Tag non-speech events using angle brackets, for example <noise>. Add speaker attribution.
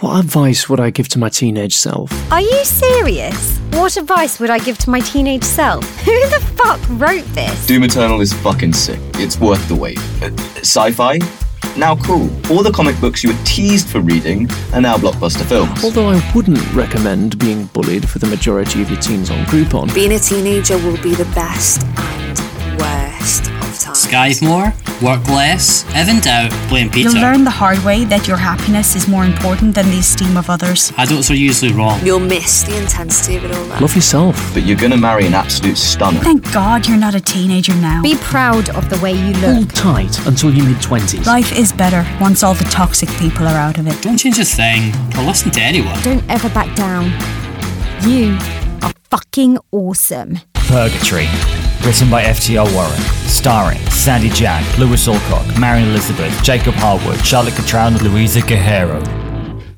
Speaker 1: What advice would I give to my teenage self?
Speaker 2: Are you serious? What advice would I give to my teenage self? <laughs> Who the fuck wrote this?
Speaker 3: Doom Eternal is fucking sick. It's worth the wait. Uh, sci-fi? Now cool. All the comic books you were teased for reading are now blockbuster films.
Speaker 1: Although I wouldn't recommend being bullied for the majority of your teens on Groupon,
Speaker 4: Being a teenager will be the best and worst of times.
Speaker 5: Skive more, work less, if in doubt, blame Peter.
Speaker 6: You'll learn the hard way that your happiness is more important than the esteem of others.
Speaker 5: Adults are usually wrong.
Speaker 4: You'll miss the intensity of it all. That.
Speaker 1: love yourself.
Speaker 3: But you're gonna marry an absolute stunner.
Speaker 6: Thank God you're not a teenager now.
Speaker 2: Be proud of the way you look.
Speaker 7: Hold tight until your mid 20s.
Speaker 6: Life is better once all the toxic people are out of it.
Speaker 5: Don't change a thing or listen to anyone.
Speaker 2: Don't ever back down. You are fucking awesome.
Speaker 8: Purgatory. Written by FTL Warren. Starring Sandy Jack, Lewis Alcock, Marion Elizabeth, Jacob Harwood, Charlotte Catron, Louisa Guerrero.